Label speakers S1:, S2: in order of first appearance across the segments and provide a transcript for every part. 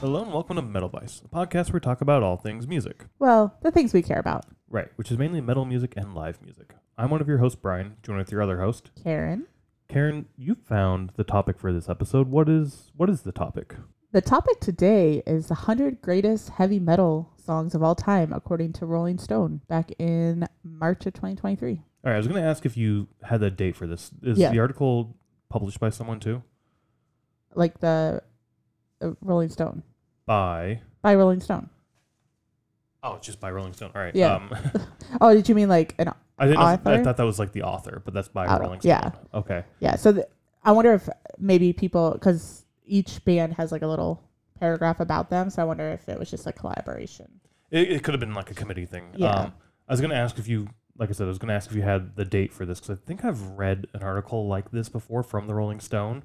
S1: Hello and welcome to Metal Vice, a podcast where we talk about all things music.
S2: Well, the things we care about.
S1: Right, which is mainly metal music and live music. I'm one of your hosts, Brian, joined with your other host,
S2: Karen,
S1: Karen. You found the topic for this episode. What is what is the topic?
S2: the topic today is the 100 greatest heavy metal songs of all time, according to Rolling Stone back in March of 2023.
S1: All right, I was going to ask if you had the date for this. Is
S2: Yeah.
S1: the article published by someone too?
S2: Like the, the Rolling Stone,
S1: By
S2: by Rolling Stone.
S1: oh, it's just by Rolling Stone. All right.
S2: Yeah.
S1: Um,
S2: Oh, did you mean like an.
S1: I didn't. know- I
S2: Author?
S1: thought that was like the author, but that's by
S2: Oh,
S1: Rolling Stone.
S2: yeah.
S1: Okay.
S2: Yeah, so th- I wonder if maybe people, because each band has like a little paragraph about them, so I wonder if it was just a collaboration.
S1: It, it could have been like a committee thing.
S2: Yeah.
S1: Um, I was going to ask if you, like I said, I was going to ask if you had the date for this because I think I've read an article like this before from the Rolling Stone,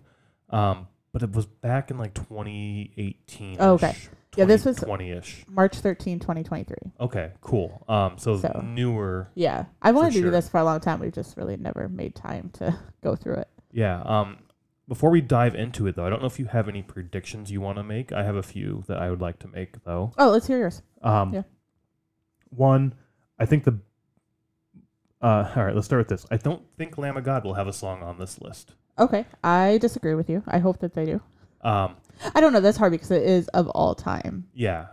S1: um, but it was back in like 2018.
S2: Oh, okay. Yeah, this was-
S1: 20 ish.
S2: March 13, 2023.
S1: Okay, cool. Um, so,
S2: So-
S1: newer.
S2: Yeah, I wanted to
S1: sure.
S2: do this for a long time. We've just really never made time to go through it.
S1: Yeah. Um, before we dive into it, though, I don't know if you have any predictions you want to make. I have a few that I would like to make, though.
S2: Oh, let's hear yours.
S1: Um,
S2: Yeah.
S1: One, I think the. Uh, all right, let's start with this. I don't think Lamb of God will have a song on this list.
S2: Okay, I disagree with you. I hope that they do.
S1: Um,
S2: I don't know. That's hard because it is of all time.
S1: yeah.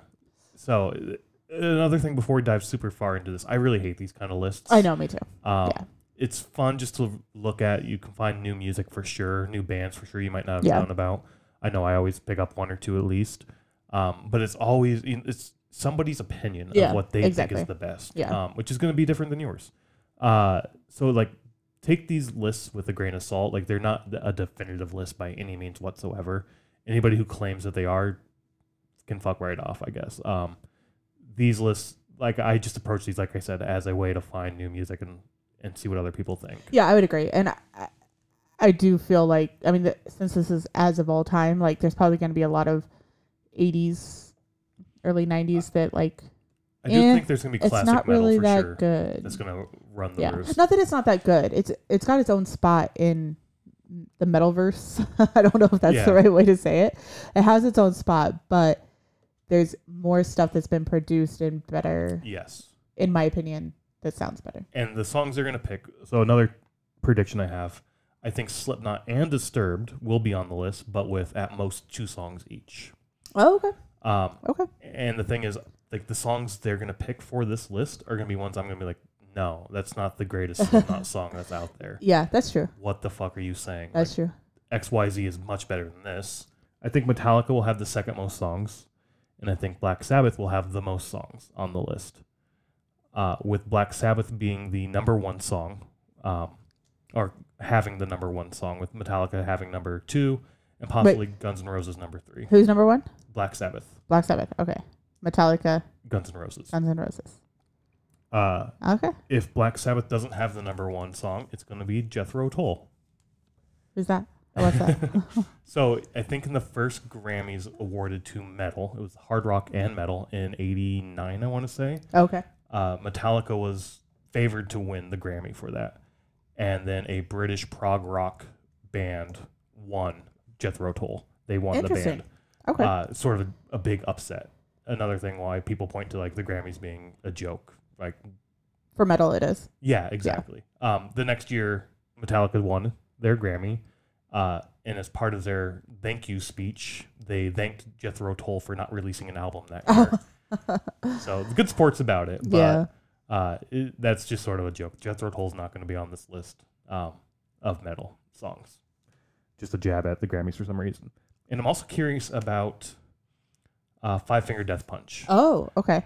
S1: So uh, another thing before we dive super far into this, I really hate these kind of lists.
S2: I know, me too.
S1: Um,
S2: yeah.
S1: It's fun just to look at. You can find new music for sure, new bands for sure you might not have
S2: Yeah.
S1: known about. I know I always pick up one or two at least, um, but it's always you know, it's somebody's opinion
S2: Yeah,
S1: of what they think
S2: exactly.
S1: is the best,
S2: Yeah.
S1: um, which is going to be different than yours. Uh, so like, take these lists with a grain of salt. Like they're not a definitive list by any means whatsoever. Anybody who claims that they are can fuck right off, I guess. Um, these lists, like I just approach these, like I said, as a way to find new music and and see what other people think.
S2: Yeah, I would agree. And I, I- I do feel like, I mean, that since this is as of all time, like there's probably going to be a lot of 80s, early 90s that like
S1: I do
S2: Eh,
S1: think there's gonna be
S2: it's
S1: Uh, classic
S2: not
S1: metal
S2: really
S1: for
S2: that
S1: sure.
S2: good.
S1: That's gonna run the
S2: yeah,
S1: roost.
S2: not that it's not that good. It's it's got its own spot in the metalverse. I don't know if that's
S1: Yeah.
S2: the right way to say it. It has its own spot, but there's more stuff that's been produced and better,
S1: Yes,
S2: in my opinion, that sounds better.
S1: and the songs they're gonna pick. So another prediction I have. I think Slipknot and Disturbed will be on the list, but with at most two songs each.
S2: Oh, okay,
S1: Um,
S2: okay,
S1: And the thing is, like the songs they're gonna pick for this list are gonna be ones I'm gonna be like, no, that's not the greatest Slipknot song that's out there.
S2: yeah, that's true.
S1: What the fuck are you saying? Like,
S2: That's true.
S1: X Y Z is much better than this. I think Metallica will have the second most songs, and I think Black Sabbath will have the most songs on the list. Uh, with Black Sabbath being the number one song, um, or having the number one song, with Metallica having number two, and possibly Guns N' Roses number three.
S2: Who's number one?
S1: Black Sabbath,
S2: Black Sabbath. Okay, Metallica,
S1: Guns N' Roses.
S2: Guns N' Roses.
S1: Uh,
S2: Okay,
S1: if Black Sabbath doesn't have the number one song, it's going to be Jethro Tull.
S2: who's that? Or What's that?
S1: So I think in the first Grammys awarded to metal, it was hard rock and metal in '89, I want to say.
S2: okay,
S1: Uh, Metallica was favored to win the Grammy for that, and then a British prog rock band won. Jethro Tull, they won the
S2: Interesting.
S1: band.
S2: okay,
S1: Uh, sort of a, a big upset. Another thing why people point to like the Grammys being a joke, like
S2: for metal it is.
S1: yeah, exactly. Um, the next year, Metallica won their Grammy, uh, and as part of their thank you speech, they thanked Jethro Tull for not releasing an album that year. so good sports about it, but
S2: Yeah.
S1: uh, it, that's just sort of a joke. Jethro Tull's not going to be on this list um, of metal songs. Just a jab at the Grammys for some reason. And I'm also curious about uh, Five Finger Death Punch.
S2: Oh, okay.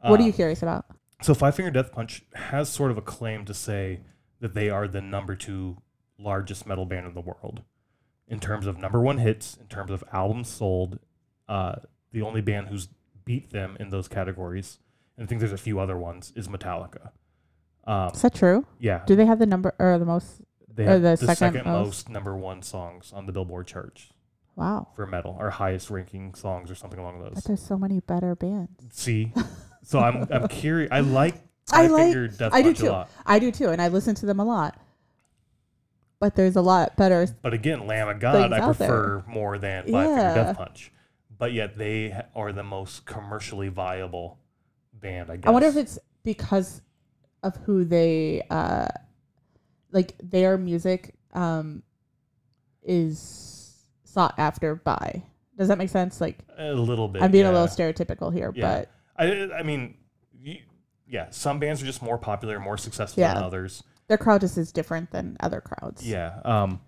S2: What are
S1: Um,
S2: you curious about?
S1: so Five Finger Death Punch has sort of a claim to say that they are the number two largest metal band in the world in terms of number one hits, in terms of albums sold. Uh, the only band who's beat them in those categories, and I think there's a few other ones, is Metallica. Um,
S2: Is that true?
S1: yeah,
S2: Do they have the number or the most?
S1: they
S2: or
S1: have the,
S2: the
S1: second,
S2: second
S1: most.
S2: most?
S1: number one songs on the Billboard charts
S2: Wow,
S1: for metal, or highest ranking songs, or something along
S2: but
S1: those.
S2: there's so many better bands.
S1: See, so I'm I'm curious. I like
S2: I
S1: Five
S2: like-
S1: Finger Death
S2: I do
S1: Punch a
S2: too.
S1: lot.
S2: I do too, and I listen to them a lot. But there's a lot better.
S1: But again, Lamb of God, I
S2: out there.
S1: prefer more than Black Finger
S2: Yeah.
S1: Death Punch. but yet they ha- are the most commercially viable band. I guess.
S2: I wonder if it's because of who they uh like their music um is sought after by. Does that make sense? Like
S1: a little bit.
S2: I'm being a
S1: Uh, yeah.
S2: little stereotypical here,
S1: Yeah.
S2: but
S1: I, I mean, you, yeah, some bands are just more popular, more successful than
S2: Yeah.
S1: others.
S2: their crowd just is different than other crowds.
S1: Yeah. Um,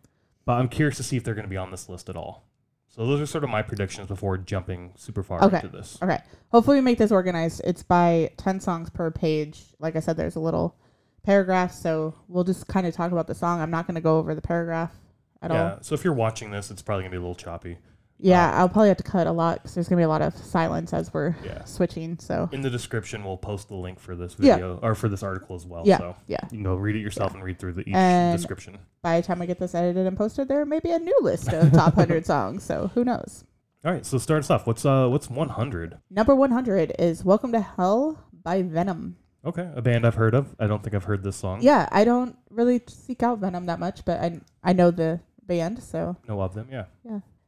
S1: but I'm curious to see if they're going to be on this list at all. So those are sort of my predictions before jumping super far
S2: Okay.
S1: into this.
S2: Okay. Hopefully we make this organized. It's by 10 songs per page. Like I said, there's a little paragraph, so we'll just kind of talk about the song. I'm not going to go over the paragraph at all.
S1: Yeah. So if you're watching this, it's probably going to be a little choppy.
S2: Yeah, I'll probably have to cut a lot because there's going to be a lot of silence as we're
S1: Yeah.
S2: switching. So,
S1: In the description, we'll post the link for this
S2: Yeah.
S1: video or for this article as well.
S2: yeah,
S1: So
S2: yeah.
S1: you can go read it yourself and read through the each
S2: And-
S1: description.
S2: By the time I get this edited and posted, there may be a new list of top 100 songs. So, who knows?
S1: All right. So start us off. What's uh what's 100?
S2: Number 100 is Welcome to Hell by Venom.
S1: Okay, a band I've heard of. I don't think I've heard this song.
S2: Yeah, I don't really seek out Venom that much, but I, I know the band, so
S1: Know of them. Yeah.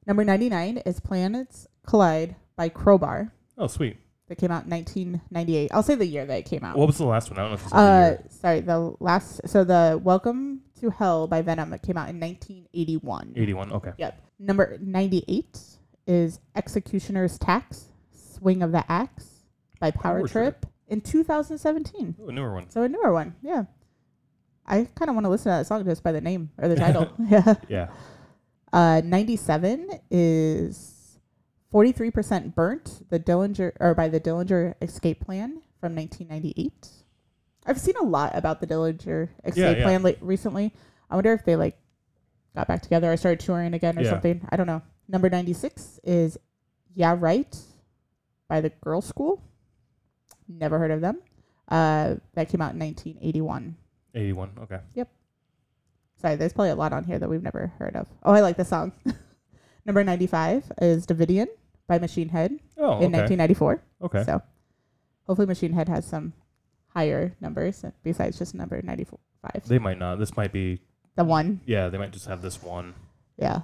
S2: Number 99 is Planets Collide by Crowbar
S1: Oh, sweet.
S2: that came out in 1998. I'll say the year that it came out.
S1: What was the last one? I don't know if it's
S2: uh, sorry, the last, so the Welcome to Hell by Venom it came out in 1981.
S1: 81. Okay.
S2: Yep. Number 98 is Executioner's Tax, Swing of the Axe by Power,
S1: Power Trip.
S2: Trip, in 2017.
S1: Ooh, a newer one.
S2: So a newer one, yeah. I kind of want to listen to that song just by the name or the title. yeah.
S1: Yeah.
S2: Uh, 97 is 43% burnt the dillinger or by the dillinger escape plan from 1998 i've seen a lot about the dillinger escape
S1: yeah.
S2: plan late recently i wonder if they like got back together or started touring again or
S1: Yeah.
S2: something i don't know number 96 is yeah right by the girl school never heard of them uh, that came out in 1981
S1: 81. Okay.
S2: Sorry, there's probably a lot on here that we've never heard of. Oh, I like this song. Number 95 is Davidian by Machine Head
S1: Oh,
S2: in 1994.
S1: okay.
S2: So hopefully Machine Head has some higher numbers besides just number 95.
S1: They might not. This might be.
S2: The one.
S1: Yeah, they might just have this one.
S2: Yeah.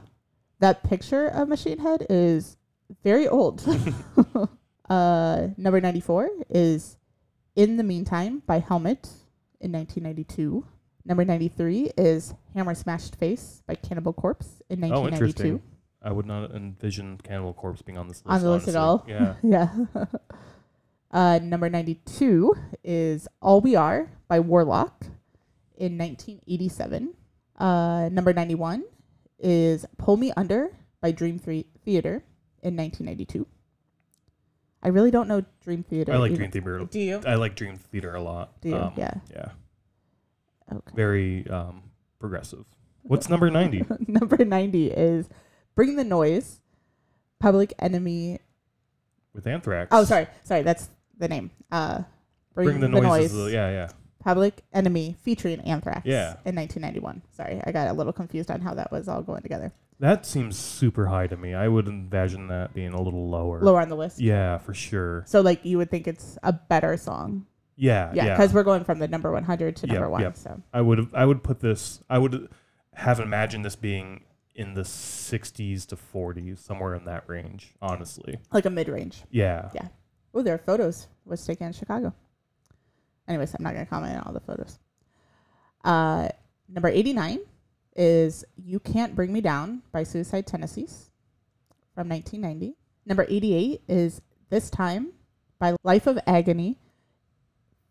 S2: That picture of Machine Head is very old. uh, number 94 is In the Meantime by Helmet in 1992. Number 93 is Hammer Smashed Face by Cannibal Corpse in
S1: Oh,
S2: 1992.
S1: interesting. I would not envision Cannibal Corpse being on this list.
S2: On the list at
S1: honestly. Yeah.
S2: all. Yeah. uh, number 92 is All We Are by Warlock in 1987. Uh, number 91 is Pull Me Under by Dream Three Theater in 1992. I really don't know Dream Theater.
S1: I like
S2: either.
S1: Dream Theater.
S2: Do you?
S1: I like Dream Theater a lot.
S2: Do you?
S1: Um,
S2: yeah.
S1: Yeah.
S2: Okay.
S1: Very um, progressive. What's number 90?
S2: number 90 is Bring the Noise, Public Enemy.
S1: With Anthrax.
S2: Oh, sorry. Sorry. That's the name. Uh, Bring,
S1: Bring the, noise. is the- Yeah, yeah.
S2: Public Enemy featuring Anthrax
S1: Yeah.
S2: in 1991. Sorry, I got a little confused on how that was all going together.
S1: That seems super high to me. I would envision that being a little lower.
S2: Lower on the list.
S1: Yeah, for sure.
S2: So, like, you would think it's a better song.
S1: Yeah,
S2: Yeah,
S1: Uh, yeah.
S2: because we're going from the number 100 to
S1: Yep,
S2: number one.
S1: yep.
S2: So,
S1: I would I would put this I would have imagined this being in the 60s to 40s somewhere in that range honestly
S2: like a mid range.
S1: yeah
S2: Yeah. Oh, their photos was taken in Chicago. Anyways, I'm not going to comment on all the photos. Uh, number 89 is You Can't Bring Me Down by Suicide Tennessees from 1990. Number 88 is This Time by Life of Agony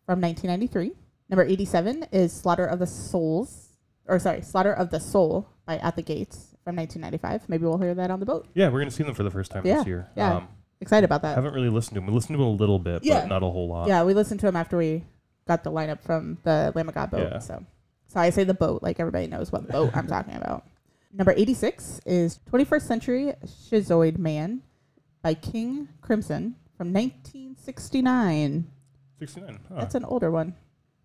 S2: from 1993. Number 87 is Slaughter of the Souls, or sorry, Slaughter of the Soul by At the Gates from 1995. Maybe we'll hear that on the boat.
S1: yeah we're gonna see them for the first time
S2: Yeah,
S1: this year
S2: yeah.
S1: um
S2: Excited about
S1: I
S2: that.
S1: haven't really listened to them we listened to them a little bit
S2: Yeah.
S1: but not a whole lot
S2: Yeah, we listened to him after we got the lineup from the Lamb of God boat.
S1: Yeah.
S2: So, so I say the boat, like everybody knows what boat I'm talking about. Number 86 is 21st Century Schizoid Man by King Crimson from 1969.
S1: 69 huh.
S2: That's an older one.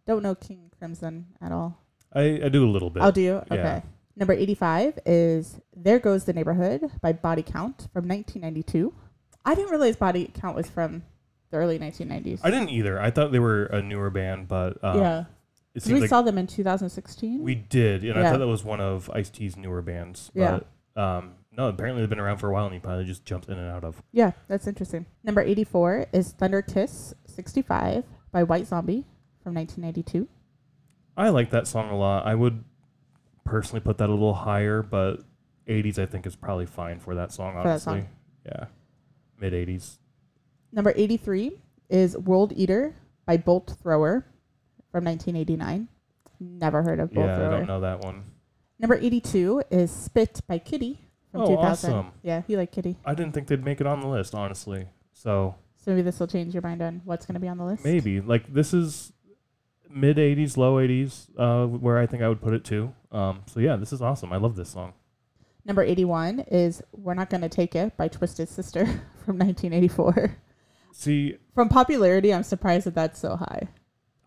S2: Don't know King Crimson at all.
S1: I, I do a little bit
S2: I'll do you. Okay.
S1: yeah.
S2: Number 85 is There Goes the Neighborhood by Body Count from 1992. I didn't realize Body Count was from the early 1990s.
S1: I didn't either I thought they were a newer band but um,
S2: yeah.
S1: it
S2: we
S1: seems like
S2: saw them in 2016.
S1: we did and I
S2: Yeah.
S1: thought that was one of Ice-T's newer bands
S2: Yeah.
S1: but um No, apparently they've been around for a while, and he probably just jumps in and out of.
S2: Yeah, that's interesting. Number 84 is Thunder Kiss 65 by White Zombie from 1992.
S1: I like that song a lot. I would personally put that a little higher, but 80s I think is probably fine for that song.
S2: that
S1: Honestly, yeah, mid 80s.
S2: Number 83 is World Eater by Bolt Thrower from 1989. Never heard of Bolt
S1: yeah, I
S2: Thrower.
S1: don't know that one.
S2: Number 82 is Spit by Kitty from
S1: Oh,
S2: 2000.
S1: awesome.
S2: Yeah, you like Kitty.
S1: I didn't think they'd make it on the list, honestly. So
S2: So maybe this will change your mind on what's going to be on the list.
S1: Maybe like this is mid '80s, low '80s, uh, where I think I would put it too. Um, so yeah, this is awesome. I love this song.
S2: Number 81 is We're Not Gonna Take It by Twisted Sister from 1984.
S1: See,
S2: From popularity, I'm surprised that that's so high.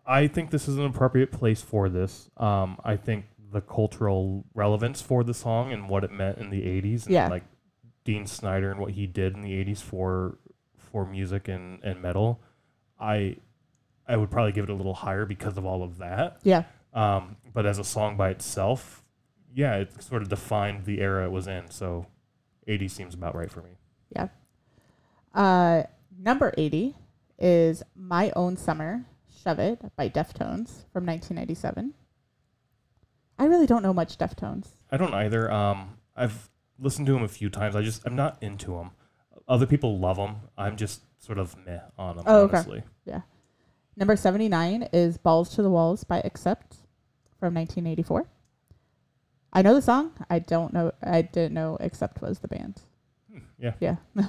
S1: I think this is an appropriate place for this. Um, I think the cultural relevance for the song and what it meant in the '80s, and
S2: Yeah.
S1: like Dean Snyder and what he did in the '80s for for music and and metal, I I would probably give it a little higher because of all of that.
S2: Yeah.
S1: Um, but as a song by itself, yeah, it sort of defined the era it was in. So 80 seems about right for me.
S2: Uh, number 80 is My Own Summer, Shove It by Deftones from 1997. I really don't know much Deftones.
S1: I don't either. Um, I've listened to him a few times. I just, I'm not into him. Other people love him. I'm just sort of meh on him,
S2: Oh, okay.
S1: honestly.
S2: Number 79 is Balls to the Walls by Accept from 1984. I know the song. I don't know. I didn't know Accept was the band.
S1: Hmm, yeah.
S2: Yeah.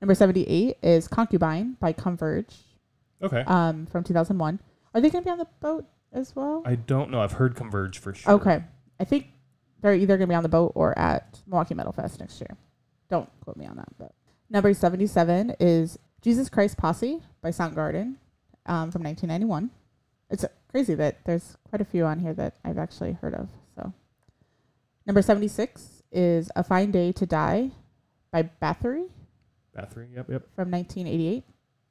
S2: Number 78 is Concubine by Converge
S1: Okay.
S2: um, from 2001. Are they going to be on the boat as well?
S1: I don't know. I've heard Converge for sure.
S2: Okay. I think they're either going to be on the boat or at Milwaukee Metal Fest next year. Don't quote me on that. But number 77 is Jesus Christ Posse by Soundgarden um, from 1991. It's crazy that there's quite a few on here that I've actually heard of. So number 76 is A Fine Day to Die by Bathory
S1: Bathory. Yep. Yep.
S2: from 1988.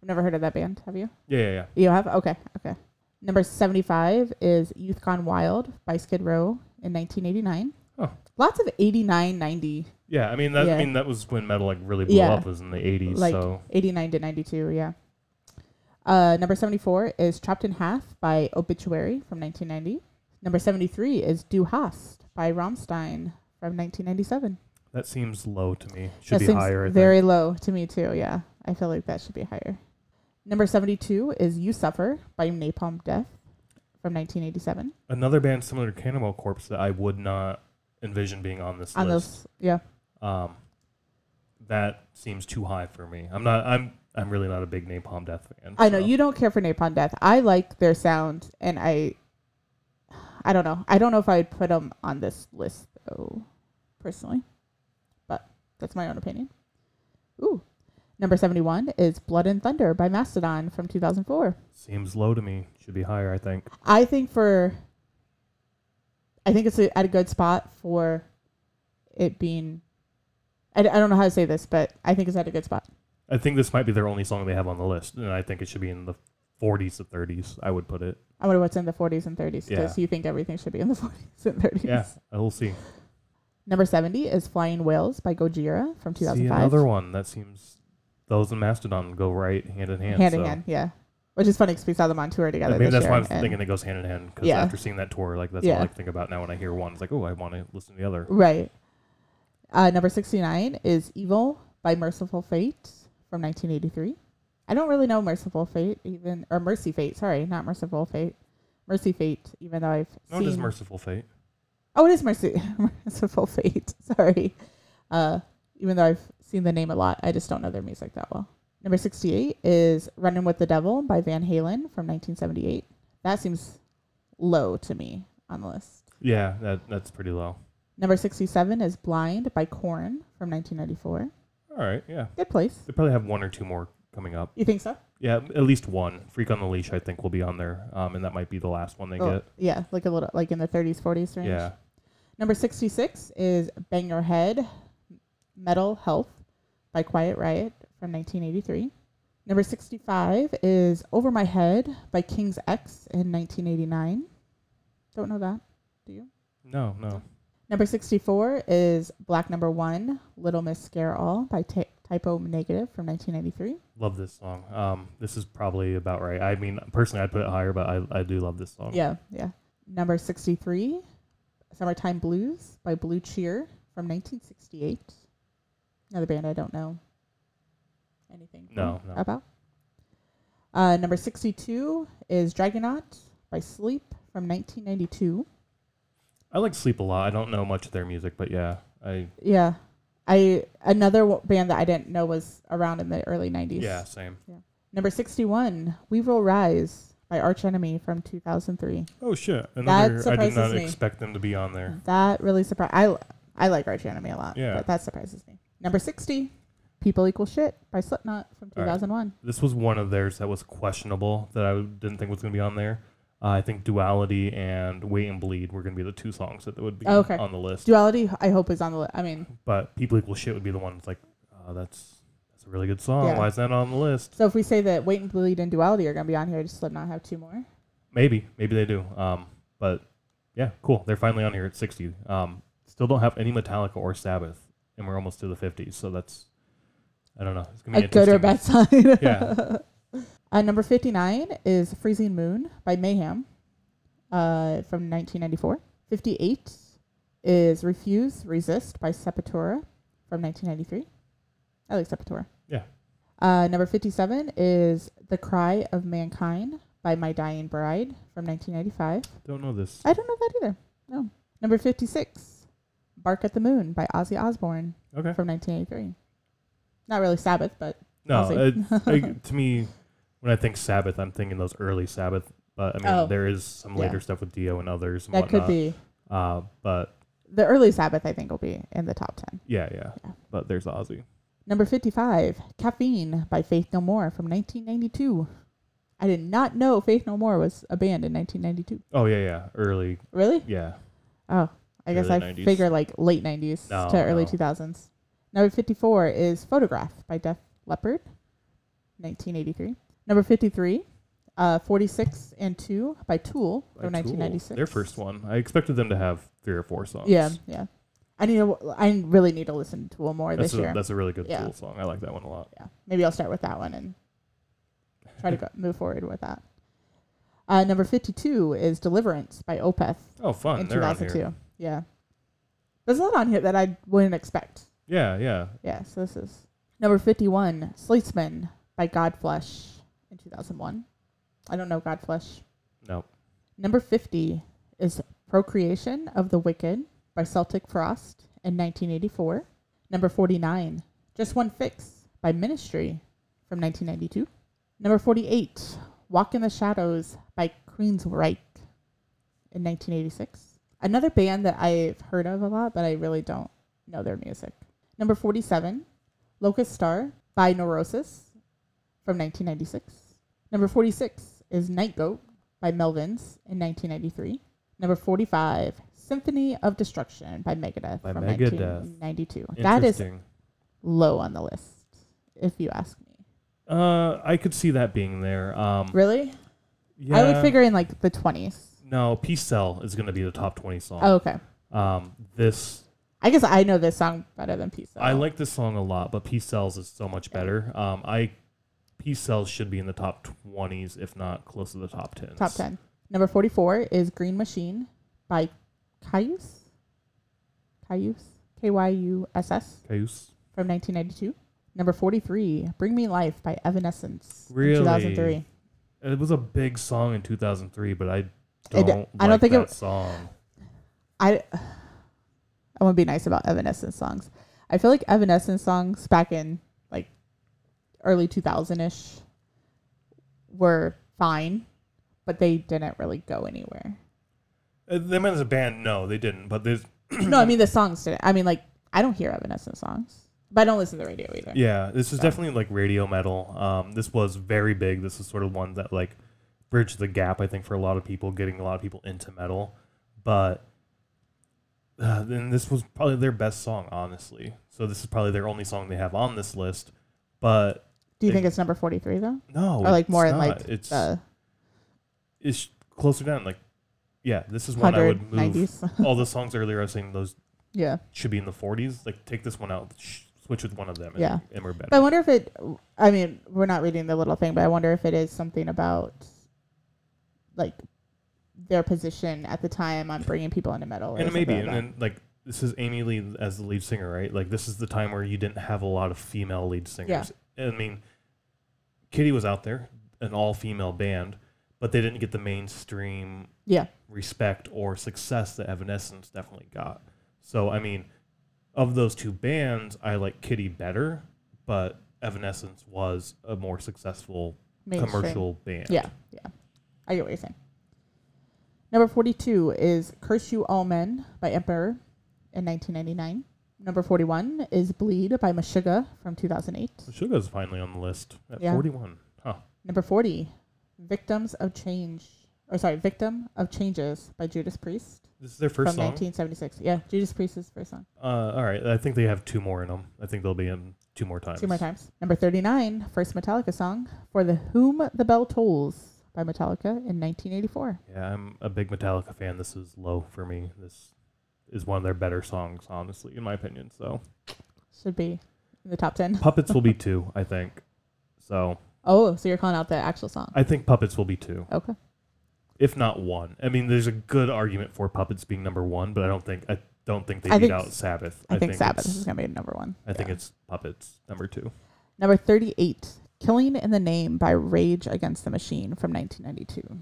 S2: I've never heard of that band. Have you?
S1: Yeah. Yeah. yeah.
S2: You have? Okay, okay. Number 75 is Youth Gone Wild by Skid Row in 1989.
S1: Oh.
S2: Lots of 89, 90,
S1: Yeah, I mean that.
S2: Yeah.
S1: I mean that was when metal like really blew
S2: Yeah.
S1: up was in the '80s.
S2: like
S1: so
S2: 89 to 92, yeah. Uh, number 74 is Chopped in Half by Obituary from 1990. Number 73 is Du Hast by Rammstein from 1997.
S1: that seems low to me. Should
S2: That
S1: be
S2: seems
S1: higher. I think.
S2: very low to me, too, yeah. I feel like that should be higher. Number 72 is You Suffer by Napalm Death from 1987.
S1: another band similar to Cannibal Corpse that I would not envision being on this
S2: On
S1: list.
S2: those, yeah.
S1: Um, that seems too high for me. I'm not. I'm. I'm really not a big Napalm Death fan.
S2: I know
S1: so-
S2: you don't care for Napalm Death. I like their sound, and I, I don't know. I don't know if I would put them on this list though, personally, but that's my own opinion. Ooh, number seventy-one is "Blood and Thunder" by Mastodon from two thousand four.
S1: Seems low to me. Should be higher. I think.
S2: I think for, I think it's a, at a good spot for, it being, I, d- I don't know how to say this, but I think it's at a good spot.
S1: I think this might be their only song they have on the list, and I think it should be in the 40s to 30s. I would put it.
S2: I wonder what's in the forties and thirties because
S1: Yeah.
S2: you think everything should be in the forties and thirties.
S1: Yeah, we'll see.
S2: Number 70 is Flying Whales by Gojira from
S1: See
S2: 2005.
S1: another one that seems. Those and Mastodon go right hand in hand.
S2: hand
S1: so.
S2: in hand, yeah. Which is funny because we saw them on tour together.
S1: And maybe
S2: this
S1: that's
S2: year,
S1: why I'm
S2: and-
S1: thinking it goes hand in hand because
S2: Yeah.
S1: after seeing that tour, like that's all
S2: Yeah.
S1: I think about now when I hear one. It's like, oh, I want to listen to the other.
S2: Right. Uh, number 69 is Evil by Merciful Fate from 1983. I don't really know Merciful Fate, even, or Mercy Fate, sorry, not Merciful Fate. Mercy Fate, even though I've
S1: No,
S2: seen.
S1: it is merciful fate.
S2: Oh, it is Mercy, Merciful Fate. Sorry. Uh, even though I've seen the name a lot, I just don't know their music that well. Number 68 is Running with the Devil by Van Halen from 1978. That seems low to me on the list.
S1: Yeah, that that's pretty low.
S2: Number 67 is Blind by Korn from 1994.
S1: All right, yeah.
S2: Good place.
S1: They probably have one or two more coming up.
S2: You think so?
S1: Yeah, at least one. Freak on the Leash, I think, will be on there, um, and that might be the last one they
S2: Oh,
S1: get.
S2: yeah, like a little, like in the 30s, 40s range.
S1: Yeah,
S2: Number 66 is Bang Your Head, Metal Health by Quiet Riot from 1983. Number 65 is Over My Head by King's X in 1989. Don't know that. Do you?
S1: no, no.
S2: Number 64 is Black Number One, Little Miss Scare All by Ty- Typo Negative from 1993.
S1: Love this song. Um, this is probably about right. I mean, personally, I put it higher, but I, I do love this song.
S2: Yeah, yeah. Number 63, Summertime Blues by Blue Cheer from 1968. Another band I don't know anything
S1: No, no.
S2: about. Uh, number 62 is Dragonaut by Sleep from 1992.
S1: I like Sleep a lot. I don't know much of their music, but yeah, I
S2: Yeah. I another w- band that I didn't know was around in the early 90s.
S1: yeah same.
S2: Number 61, We Will Rise by Arch Enemy from 2003.
S1: Oh shit! I did
S2: surprises
S1: not
S2: me.
S1: expect them to be on there.
S2: That really surprised. I I like Arch Enemy a lot.
S1: Yeah.
S2: But that surprises me. Number sixty, People Equal Shit by Slipknot from two
S1: All right.
S2: thousand one.
S1: This was one of theirs that was questionable that I didn't think was going to be on there. Uh, I think Duality and Wait and Bleed were going to be the two songs that would be
S2: Oh, okay.
S1: on the list.
S2: Duality, I hope is on the. Li- I mean,
S1: but People Equal Shit would be the one that's like, oh, that's that's a really good song.
S2: Yeah.
S1: Why is that on the list?
S2: so if we say that Wait and Bleed and Duality are going to be on here, does Slipknot have two more?
S1: Maybe, maybe they do. Um, but yeah, cool. They're finally on here at 60. Um, still don't have any Metallica or Sabbath, and we're almost to the 50s. So that's, I don't know. It's gonna be
S2: A good or
S1: interesting.
S2: bad sign.
S1: Yeah.
S2: uh, number fifty nine is Freezing Moon by Mayhem, uh, from nineteen ninety four. Fifty eight is Refuse Resist by Sepultura from nineteen ninety three. I like Sepultura.
S1: Yeah.
S2: Uh, number 57 is The Cry of Mankind by My Dying Bride from 1995.
S1: Don't know this.
S2: I don't know that either. No. Number 56, Bark at the Moon by Ozzy Osbourne
S1: Okay.
S2: from 1983. Not really Sabbath, but
S1: No,
S2: Ozzy.
S1: it's- I- to me, when I think Sabbath, I'm thinking those early Sabbath. But I mean,
S2: Oh.
S1: there is some later
S2: Yeah.
S1: stuff with Dio and others. And
S2: that
S1: whatnot.
S2: could be.
S1: Uh, but
S2: The early Sabbath, I think, will be in the top 10.
S1: yeah, yeah,
S2: Yeah.
S1: But there's Ozzy.
S2: Number 55, Caffeine by Faith No More from 1992. I did not know Faith No More was a band in 1992.
S1: Oh yeah, yeah. Early,
S2: Really?
S1: yeah.
S2: Oh, I guess
S1: Early
S2: I
S1: 90s.
S2: figure like late 90s
S1: No,
S2: to early
S1: no.
S2: 2000s. Number 54 is Photograph by Def Leppard, 1983. Number 53, uh, 46 and 2 by Tool
S1: By
S2: from
S1: Tool,
S2: 1996.
S1: Their first one. I expected them to have three or four songs.
S2: Yeah, yeah. I need. To, I really need to listen to Tool more
S1: That's
S2: this
S1: a,
S2: year.
S1: that's a really good
S2: Yeah.
S1: Tool song. I like that one a lot.
S2: yeah, maybe I'll start with that one and try to go, move forward with that. Uh, number 52 is Deliverance by Opeth
S1: Oh, fun.
S2: in
S1: They're on here.
S2: 2002. Yeah. There's a lot on here that I wouldn't expect.
S1: Yeah, yeah.
S2: Yeah, so this is number 51, Sleatsman by Godflesh in 2001. I don't know Godflesh.
S1: No.
S2: Number 50 is Procreation of the Wicked by Celtic Frost in 1984. Number 49, Just One Fix by Ministry from 1992. Number 48, Walk in the Shadows by Queensryche in 1986. Another band that I've heard of a lot, but I really don't know their music. Number 47, Locust Star by Neurosis from 1996. Number 46 is Night Goat by Melvins in 1993. Number 45, Symphony of Destruction by Megadeth
S1: By
S2: from
S1: Megadeth.
S2: 1992. That is
S1: Interesting.
S2: low on the list, if you ask me.
S1: Uh, I could see that being there. Um,
S2: Really?
S1: yeah.
S2: I would figure in like the 20s.
S1: No, Peace Cell is going to be the top 20 song.
S2: Oh, okay.
S1: Um, this
S2: I guess I know this song better than Peace.
S1: I like this song a lot, but Peace Cells is so much better. Um, I Peace Cells should be in the top 20s, if not close to the top 10.
S2: Top 10. Number 44 is Green Machine by Cayuse. Cayuse. K Y U S S
S1: Cayuse.
S2: from 1992. Number 43, Bring Me Life by Evanescence. in
S1: Really?
S2: 2003.
S1: It was a big song in 2003, but I
S2: I
S1: don't,
S2: d- I don't
S1: like
S2: think it
S1: that
S2: w-
S1: song.
S2: I, I want to be nice about Evanescence songs. I feel like Evanescence songs back in like early 2000 ish were fine, but they didn't really go anywhere.
S1: Uh, Them as a band, no, they didn't. But there's
S2: no, I mean the songs didn't. I mean, like I don't hear Evanescence songs, but I don't listen to the radio either.
S1: Yeah, this is
S2: So.
S1: definitely like radio metal. Um, this was very big. This is sort of one that like bridged the gap, I think, for a lot of people, getting a lot of people into metal. But uh, then this was probably their best song, honestly. So this is probably their only song they have on this list. But
S2: Do you think it's number forty-three though,
S1: no,
S2: or like uh,
S1: it's
S2: more in
S1: not.
S2: like
S1: it's
S2: the?
S1: it's closer down, like yeah, this is one I
S2: Hundred
S1: would move.
S2: nineties.
S1: All the songs earlier I was saying those
S2: yeah.
S1: should be in the 40s. Like take this one out, sh- switch with one of them, and,
S2: Yeah.
S1: and we're better.
S2: But I wonder if it. I mean, we're not reading the little thing, but I wonder if it is something about like their position at the time on bringing people into metal. or
S1: and it may
S2: something
S1: be,
S2: like
S1: and
S2: that.
S1: then like this is Amy Lee as the lead singer, right? Like this is the time where you didn't have a lot of female lead singers. I mean, Kitty was out there, an all-female band, but they didn't get the mainstream
S2: yeah,
S1: respect or success that Evanescence definitely got. So I mean, of those two bands, I like Kitty better, but Evanescence was a more successful
S2: mainstream.
S1: commercial band.
S2: Yeah, yeah. I get what you're saying. Number 42 is Curse You All Men by Emperor in 1999. Number 41 is Bleed by Meshuggah from 2008.
S1: Sugar's finally on the list at
S2: Yeah.
S1: 41. Huh.
S2: Number 40, Victims of Change, or sorry, Victim of Changes by Judas Priest
S1: This is their first
S2: from
S1: song.
S2: 1976. Yeah, Judas Priest's first song.
S1: Uh, all right. I think they have two more in them. I think they'll be in two more times.
S2: Two more times. Number 39, first Metallica song, For the Whom the Bell Tolls by Metallica in 1984.
S1: Yeah, I'm a big Metallica fan. This is low for me. This is one of their better songs, honestly, in my opinion. So
S2: Should be in the top 10.
S1: puppets will be two, I think. So
S2: Oh, so you're calling out the actual song.
S1: I think puppets will be two,
S2: Okay.
S1: if not one. I mean, there's a good argument for puppets being number one, but I don't think I don't think they
S2: I
S1: beat
S2: think-
S1: out Sabbath.
S2: I, think, Sabbath
S1: it's-
S2: is going to be number one.
S1: I think
S2: Yeah.
S1: it's puppets number two.
S2: number thirty-eight. Killing in the Name by Rage Against the Machine from 1992.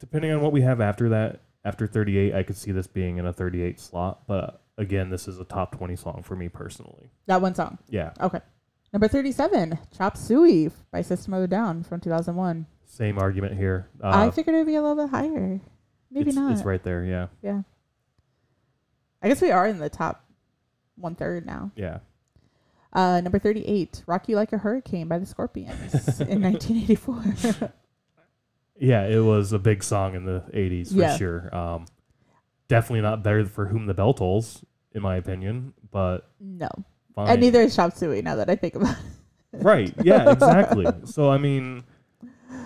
S1: depending on what we have after that, after 38, I could see this being in a 38 slot. But again, this is a top 20 song for me personally.
S2: That one song.
S1: Yeah,
S2: Okay. Number thirty-seven. Chop Suey by System of a Down from 2001.
S1: same argument here. Uh,
S2: I figured it would be a little bit higher. Maybe
S1: it's,
S2: not.
S1: It's right there. Yeah,
S2: Yeah. I guess we are in the top one third now.
S1: yeah.
S2: Uh, number thirty-eight. Rock You Like a Hurricane by the Scorpions in 1984.
S1: Yeah, it was a big song in the 80s for
S2: Yeah.
S1: sure. Um, definitely not better for Whom the Bell Tolls, in my opinion, but
S2: no,
S1: fine.
S2: and neither is Chop Suey. Now that I think about. it.
S1: Right. Yeah, exactly. so, I mean,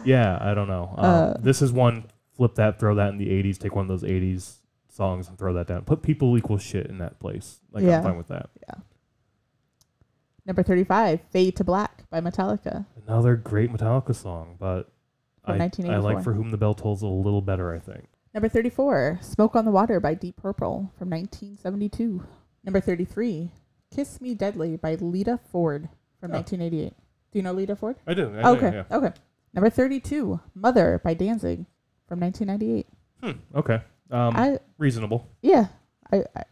S1: yeah, I don't know. Um,
S2: Uh,
S1: this is one flip that, throw that in the 80s, take one of those 80s songs and throw that down. Put people equal shit in that place. Like,
S2: Yeah.
S1: I'm fine with that.
S2: Number 35, Fade to Black by Metallica.
S1: Another great Metallica song, but I,
S2: From
S1: I
S2: 1984.
S1: like For Whom the Bell Tolls a little better, I think.
S2: Number 34, Smoke on the Water by Deep Purple from 1972. Number 33, Kiss Me Deadly by Lita Ford from
S1: Oh.
S2: 1988. Do you know Lita Ford?
S1: I do. I
S2: okay. Okay. Number 32, Mother by Danzig from 1998.
S1: Hmm, okay. Um,
S2: I
S1: reasonable.
S2: yeah, I, I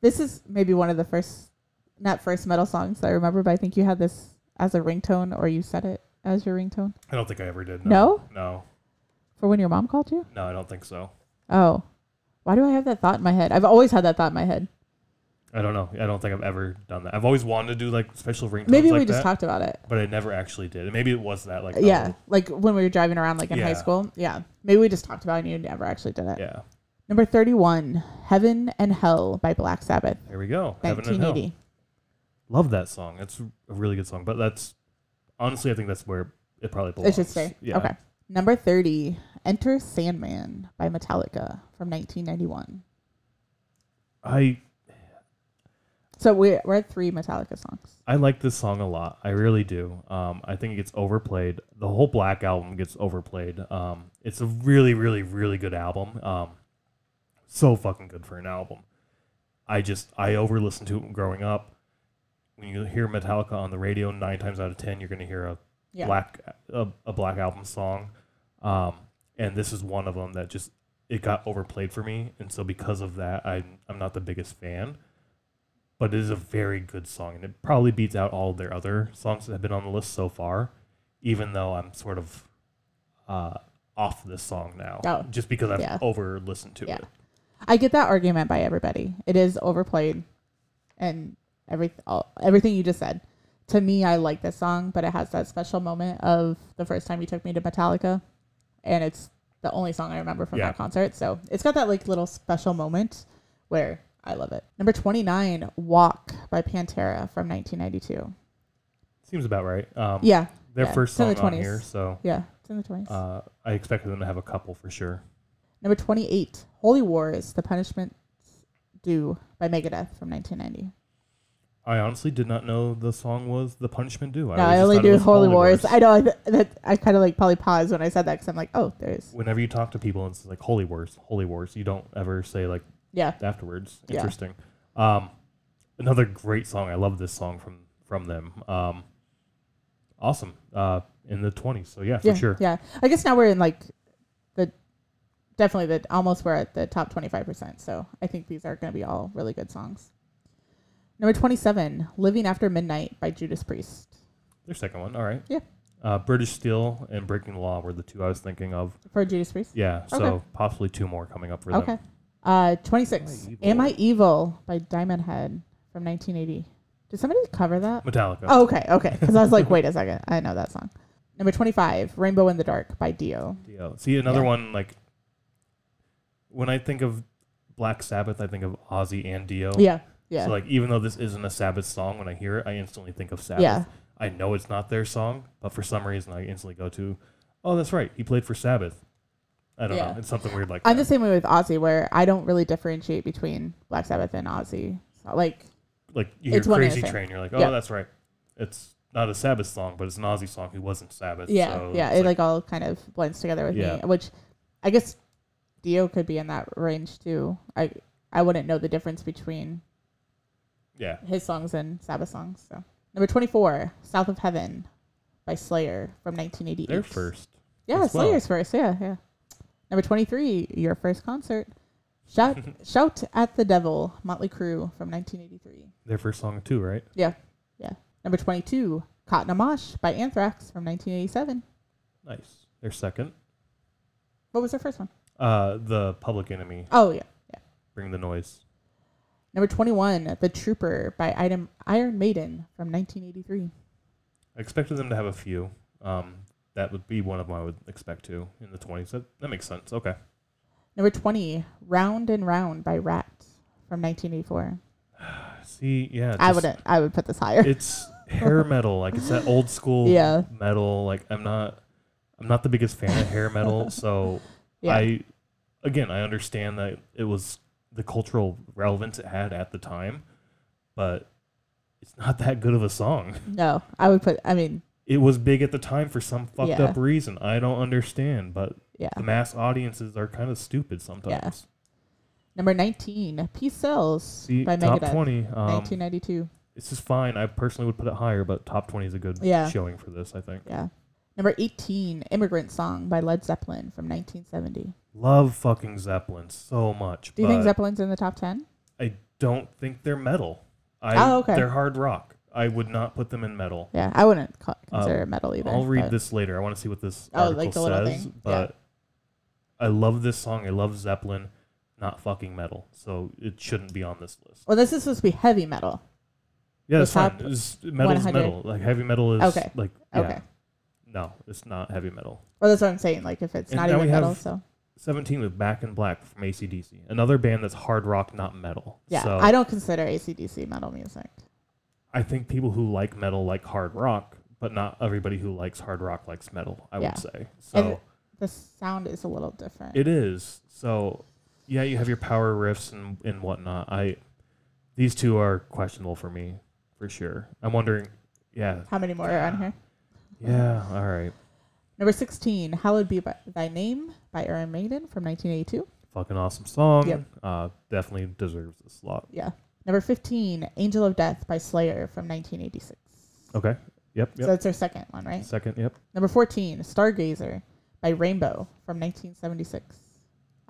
S2: This is maybe one of the first not first metal songs that I remember, but I think you had this as a ringtone or you said it as your ringtone
S1: I don't think I ever did.
S2: No?
S1: No.
S2: for when your mom called you.
S1: No, I don't think so.
S2: Oh, why do I have that thought in my head? I've always had that thought in my head.
S1: I don't know. I don't think I've ever done that. I've always wanted to do like special ringtones
S2: Maybe
S1: like
S2: we just
S1: that,
S2: talked about it.
S1: but I never actually did. And Maybe it was that like um,
S2: yeah, like when we were driving around, like in high
S1: Yeah.
S2: school. Yeah, maybe we just talked about it and you never actually did
S1: oh,
S2: it.
S1: yeah.
S2: Number thirty-one, "Heaven and Hell" by Black Sabbath,
S1: There we go. Heaven
S2: nineteen
S1: and Hell.
S2: eighty.
S1: Love that song. It's a really good song. But that's honestly, I think that's where it probably
S2: It
S1: belongs.
S2: should stay.
S1: Yeah.
S2: Okay. Number thirty, "Enter Sandman" by Metallica from nineteen ninety-one.
S1: I
S2: So we're we're at three Metallica songs.
S1: I like this song a lot. I really do. Um, I think it gets overplayed. The whole Black album gets overplayed. Um, it's a really, really, really good album. Um, so fucking good for an album. I just I over listened to it growing up. When you hear Metallica on the radio, nine times out of ten, you're gonna hear a
S2: Yeah.
S1: black a, a black album song, um, and this is one of them that just it got overplayed for me, and so because of that, I'm I'm not the biggest fan but it is a very good song, and it probably beats out all of their other songs that have been on the list so far. Even though I'm sort of uh, off this song now,
S2: Oh,
S1: just because I've
S2: yeah.
S1: over listened to
S2: Yeah.
S1: it.
S2: I get that argument by everybody. It is overplayed, and every all, everything you just said. To me, I like this song, but it has that special moment of the first time you took me to Metallica, and it's the only song I remember from
S1: Yeah.
S2: that concert. So it's got that like little special moment where I love it. Number twenty nine, "Walk" by Pantera from nineteen ninety two.
S1: Seems about right. Um,
S2: Yeah,
S1: their
S2: yeah,
S1: first
S2: it's in
S1: song
S2: the
S1: on
S2: 20s.
S1: here, so
S2: yeah, it's in the twenties.
S1: uh, I expected them to have a couple for sure.
S2: Number 28, Holy Wars, The Punishment Due by Megadeth from 1990.
S1: I honestly did not know the song was "The Punishment Due."
S2: no,
S1: always just
S2: I only
S1: thought it
S2: do
S1: was
S2: Holy Wars. I know I th- that I kind of like probably paused when I said that because I'm like, oh, there's
S1: Whenever you talk to people, it's like "Holy Wars," "Holy Wars." You don't ever say like
S2: yeah,
S1: afterwards.
S2: Yeah.
S1: Interesting. Um, another great song. I love this song from from them. Um, awesome. Uh, in the twenties. So yeah, for
S2: yeah,
S1: sure.
S2: yeah. I guess now we're in like the definitely the almost we're at the top 25 percent. So I think these are going to be all really good songs. Number 27, Living After Midnight by Judas Priest.
S1: Their second one. All right.
S2: Yeah.
S1: Uh, British Steel and Breaking the Law were the two I was thinking of.
S2: For Judas Priest.
S1: Yeah. So
S2: Okay.
S1: possibly two more coming up for them.
S2: Okay. Uh, 26. Am
S1: Am I
S2: I Evil by Diamond Head from 1980. Did somebody cover that?
S1: Metallica.
S2: Oh, okay. Okay. Because I was like, wait a second. I know that song. Number 25, Rainbow in the Dark by Dio.
S1: Dio. See another
S2: Yeah.
S1: one like when I think of Black Sabbath, I think of Ozzy and Dio.
S2: Yeah. Yeah.
S1: Oh. So like even though this isn't a Sabbath song, when I hear it, I instantly think of Sabbath.
S2: Yeah.
S1: I know it's not their song, but for some reason I instantly go to, oh, that's right, he played for Sabbath. I don't
S2: Yeah.
S1: know. It's something weird like
S2: I'm
S1: that.
S2: the same way with Ozzy, where I don't really differentiate between Black Sabbath and Ozzy. So, like,
S1: like you hear
S2: it's one and the
S1: Crazy
S2: same.
S1: Train, you're like, oh,
S2: Yeah.
S1: that's right. It's not a Sabbath song, but it's an Ozzy song who wasn't Sabbath.
S2: yeah.
S1: so
S2: yeah.
S1: it's
S2: It like, all kind of blends together with
S1: Yeah.
S2: me, which I guess Dio could be in that range too. I, I wouldn't know the difference between
S1: yeah.
S2: his songs and Sabbath songs. So number twenty four, South of Heaven by Slayer from nineteen eighty eight.
S1: They're first.
S2: Yeah,
S1: as well.
S2: Slayer's first, yeah, yeah. Number twenty three, your first concert. Shout Shout at the Devil, Motley Crue from nineteen eighty three.
S1: Their first song too, right?
S2: Number twenty two, Cotton Amash by Anthrax from nineteen eighty seven.
S1: Nice. Their second.
S2: What was their first one?
S1: Uh, the Public Enemy,
S2: Oh yeah.
S1: Bring the Noise.
S2: Number twenty one, The Trooper by Item Iron Maiden from nineteen eighty three.
S1: I expected them to have a few. Um, that would be one of them I would expect to in the 20s. That, that makes sense. Okay.
S2: Number twenty, Round and Round by Rat from nineteen eighty four.
S1: See, yeah.
S2: I
S1: just-
S2: wouldn't I would put this higher.
S1: It's hair metal. Like it's that old school
S2: Yeah.
S1: metal. Like I'm not I'm not the biggest fan of hair metal, so
S2: Yeah.
S1: I again, I understand that it was the cultural relevance it had at the time, but it's not that good of a song.
S2: No, I would put. I mean,
S1: It was big at the time for some fucked
S2: Yeah.
S1: up reason. I don't understand, but
S2: yeah.
S1: the mass audiences are kind of stupid sometimes.
S2: Number nineteen, Peace Cells
S1: See,
S2: by
S1: top
S2: Megadeth,
S1: 20. Um,
S2: nineteen ninety two.
S1: this is fine. I personally would put it higher, but top 20 is a good
S2: Yeah.
S1: showing for this, I think.
S2: Yeah. Number eighteen, Immigrant Song by Led Zeppelin from nineteen seventy.
S1: Love fucking Zeppelin so much.
S2: Do you
S1: but
S2: think Zeppelin's in the top ten?
S1: I don't think they're metal. I,
S2: Oh, okay.
S1: They're hard rock. I would not put them in metal.
S2: Yeah, I wouldn't co-
S1: Um,
S2: consider it metal either.
S1: I'll read
S2: but-
S1: this later. I want to see what this
S2: Oh,
S1: article
S2: like the little
S1: says.
S2: thing. Yeah.
S1: But I love this song. I love Zeppelin. Not fucking metal. So it shouldn't be on this list.
S2: Well, this is supposed to be heavy metal.
S1: Yeah,
S2: The
S1: that's fine.
S2: top
S1: It's, metal's
S2: 100.
S1: metal. Like heavy metal is
S2: Okay.
S1: like yeah.
S2: Okay.
S1: No, it's not heavy metal.
S2: Well, that's what I'm saying. Like, if it's
S1: And
S2: not
S1: now
S2: even
S1: we have-
S2: metal, so
S1: 17 with Back in Black from ACDC, another band that's hard rock, not metal.
S2: yeah,
S1: So
S2: I don't consider ACDC metal music.
S1: I think people who like metal like hard rock, but not everybody who likes hard rock likes metal, I
S2: Yeah.
S1: would say. So
S2: And- The sound is a little different.
S1: it is. So yeah, you have your power riffs and, and whatnot. I These two are questionable for me, for sure. I'm wondering, yeah,
S2: How many more are on here?
S1: yeah, all right.
S2: Number sixteen, "Hallowed Be by Thy Name" by Iron Maiden from 1982.
S1: Fucking awesome song.
S2: Yep.
S1: Uh, definitely deserves a slot.
S2: Yeah. Number 15, Angel of Death by Slayer from 1986.
S1: Okay. Yep.
S2: So
S1: Yep.
S2: that's their second one, right?
S1: Second. Yep.
S2: Number 14, Stargazer by Rainbow from 1976.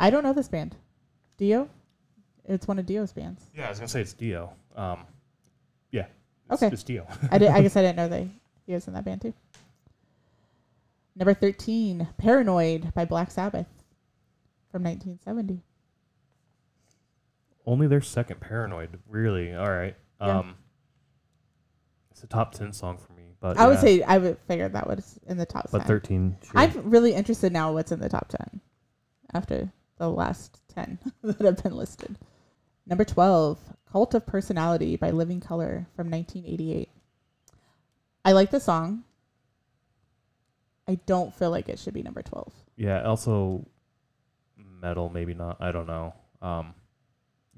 S2: I don't know this band. Dio? It's one of Dio's bands.
S1: Yeah, I was gonna say it's Dio. Um, yeah.
S2: it's- Okay.
S1: It's Dio.
S2: I, did, I guess I didn't know they, he was in that band too. Number 13, Paranoid by Black Sabbath from 1970.
S1: Only their second Paranoid, really. All right.
S2: Yeah.
S1: Um, it's a top ten song for me, but
S2: I would
S1: yeah.
S2: say I would figure that was in the top
S1: but
S2: 10.
S1: thirteen. Sure.
S2: I'm really interested now what's in the top 10 after the last 10 that have been listed. Number 12, Cult of Personality by Living Color from 1988. I like the song. I don't feel like it should be number 12.
S1: yeah. Also, metal, maybe not. I don't know. Um,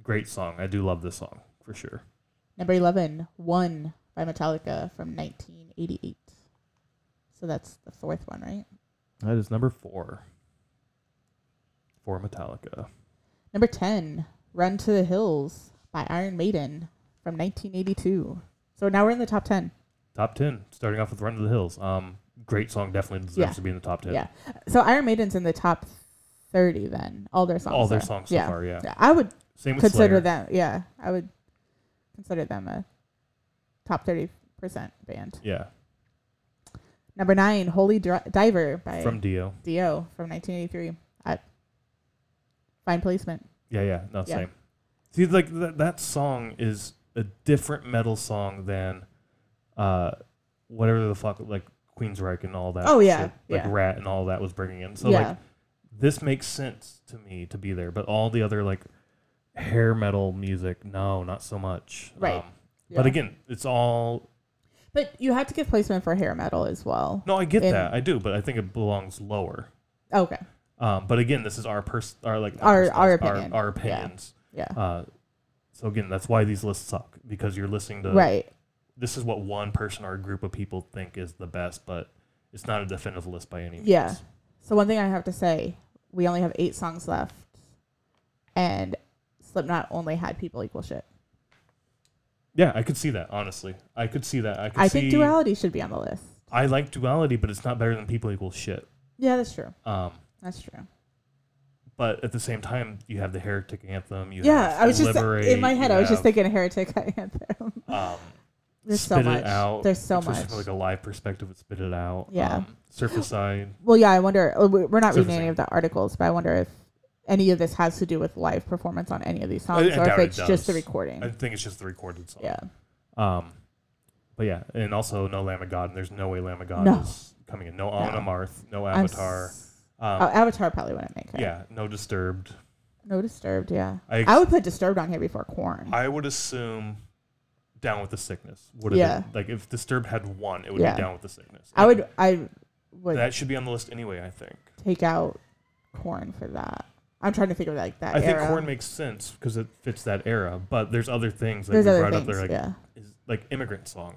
S1: great song. I do love this song for sure.
S2: Number 11, One by Metallica from 1988. So that's the fourth one, right?
S1: That is number four for Metallica.
S2: Number 10, Run to the Hills by Iron Maiden from 1982. So now we're in the top 10.
S1: Top ten, starting off with "Run to the Hills." Um, great song. Definitely deserves
S2: Yeah.
S1: to be in the top ten.
S2: Yeah. So Iron Maiden's in the top 30 then. All their songs.
S1: All their
S2: are.
S1: songs so
S2: yeah.
S1: far. Yeah.
S2: Yeah, I would
S1: Same with
S2: consider
S1: Slayer.
S2: them. Yeah. I would consider them a top 30% band.
S1: Yeah,
S2: Number 9, Holy Dri- Diver by
S1: from Dio.
S2: Dio from 1983. I, fine placement.
S1: Yeah, yeah, not
S2: Yeah.
S1: same. See, like th- that song is a different metal song than, uh, whatever the fuck like Queensryche and all that.
S2: Oh, yeah,
S1: shit, like
S2: yeah.
S1: Rat and all that was bringing in. So
S2: yeah.
S1: like this makes sense to me to be there, but all the other like hair metal music, no, not so much. Um,
S2: Right,
S1: But
S2: yeah.
S1: again, it's all
S2: But you have to give placement for hair metal as well.
S1: no. I get
S2: And-
S1: that, I do, but I think it belongs lower.
S2: Okay.
S1: Um, but again, this is our pers- our like not
S2: Our-
S1: personals,
S2: our opinion.
S1: our, our
S2: Yeah.
S1: opinions.
S2: Yeah.
S1: Uh, so again, that's why these lists suck because you're listening to
S2: right.
S1: this is what one person or a group of people think is the best, but it's not a definitive list by any means.
S2: Yeah. So one thing I have to say, we only have eight songs left, and Slipknot only had people equal shit.
S1: Yeah, I could see that, honestly. I could see that. I could
S2: I
S1: see
S2: think duality should be on the list.
S1: I like duality, but it's not better than people equal shit.
S2: Yeah, that's true.
S1: Um,
S2: That's true.
S1: but at the same time, you have the heretic anthem. You
S2: yeah,
S1: have
S2: I was just
S1: Liberate,
S2: in my head.
S1: you
S2: I was just
S1: have,
S2: thinking Heretic Anthem.
S1: Um,
S2: There's
S1: spit
S2: so much.
S1: It out,
S2: There's so
S1: especially
S2: much.
S1: From like a live perspective, it's spit it out.
S2: Yeah.
S1: Um, surface side.
S2: Well, yeah, I wonder. oh, we- We're not reading
S1: Surfacing.
S2: any of the articles, but I wonder if any of this has to do with live performance on any of these songs, or if
S1: doubt it
S2: it's just the
S1: does.
S2: recording.
S1: I think it's just the recorded song.
S2: yeah.
S1: Um, but yeah, and also no Lamb of God, and there's no way Lamb of God
S2: No.
S1: is coming in. No
S2: No.
S1: Amon Amarth, no
S2: I'm
S1: Avatar.
S2: s-
S1: Um,
S2: oh, Avatar probably wouldn't make it.
S1: Yeah, no Disturbed.
S2: No Disturbed. Yeah.
S1: I
S2: I would put Disturbed on here before Corn.
S1: I would assume Down with the Sickness would have
S2: Yeah.
S1: been like if Disturbed had one, it would
S2: Yeah.
S1: be Down with the Sickness.
S2: I would I would
S1: that should be on the list anyway. I think.
S2: take out corn for that. I'm trying to think of like that.
S1: I
S2: era.
S1: think Corn makes sense because it fits that era, but there's other things that
S2: There's
S1: we
S2: other
S1: brought up
S2: things.
S1: there, like
S2: yeah.
S1: is, like Immigrant Song,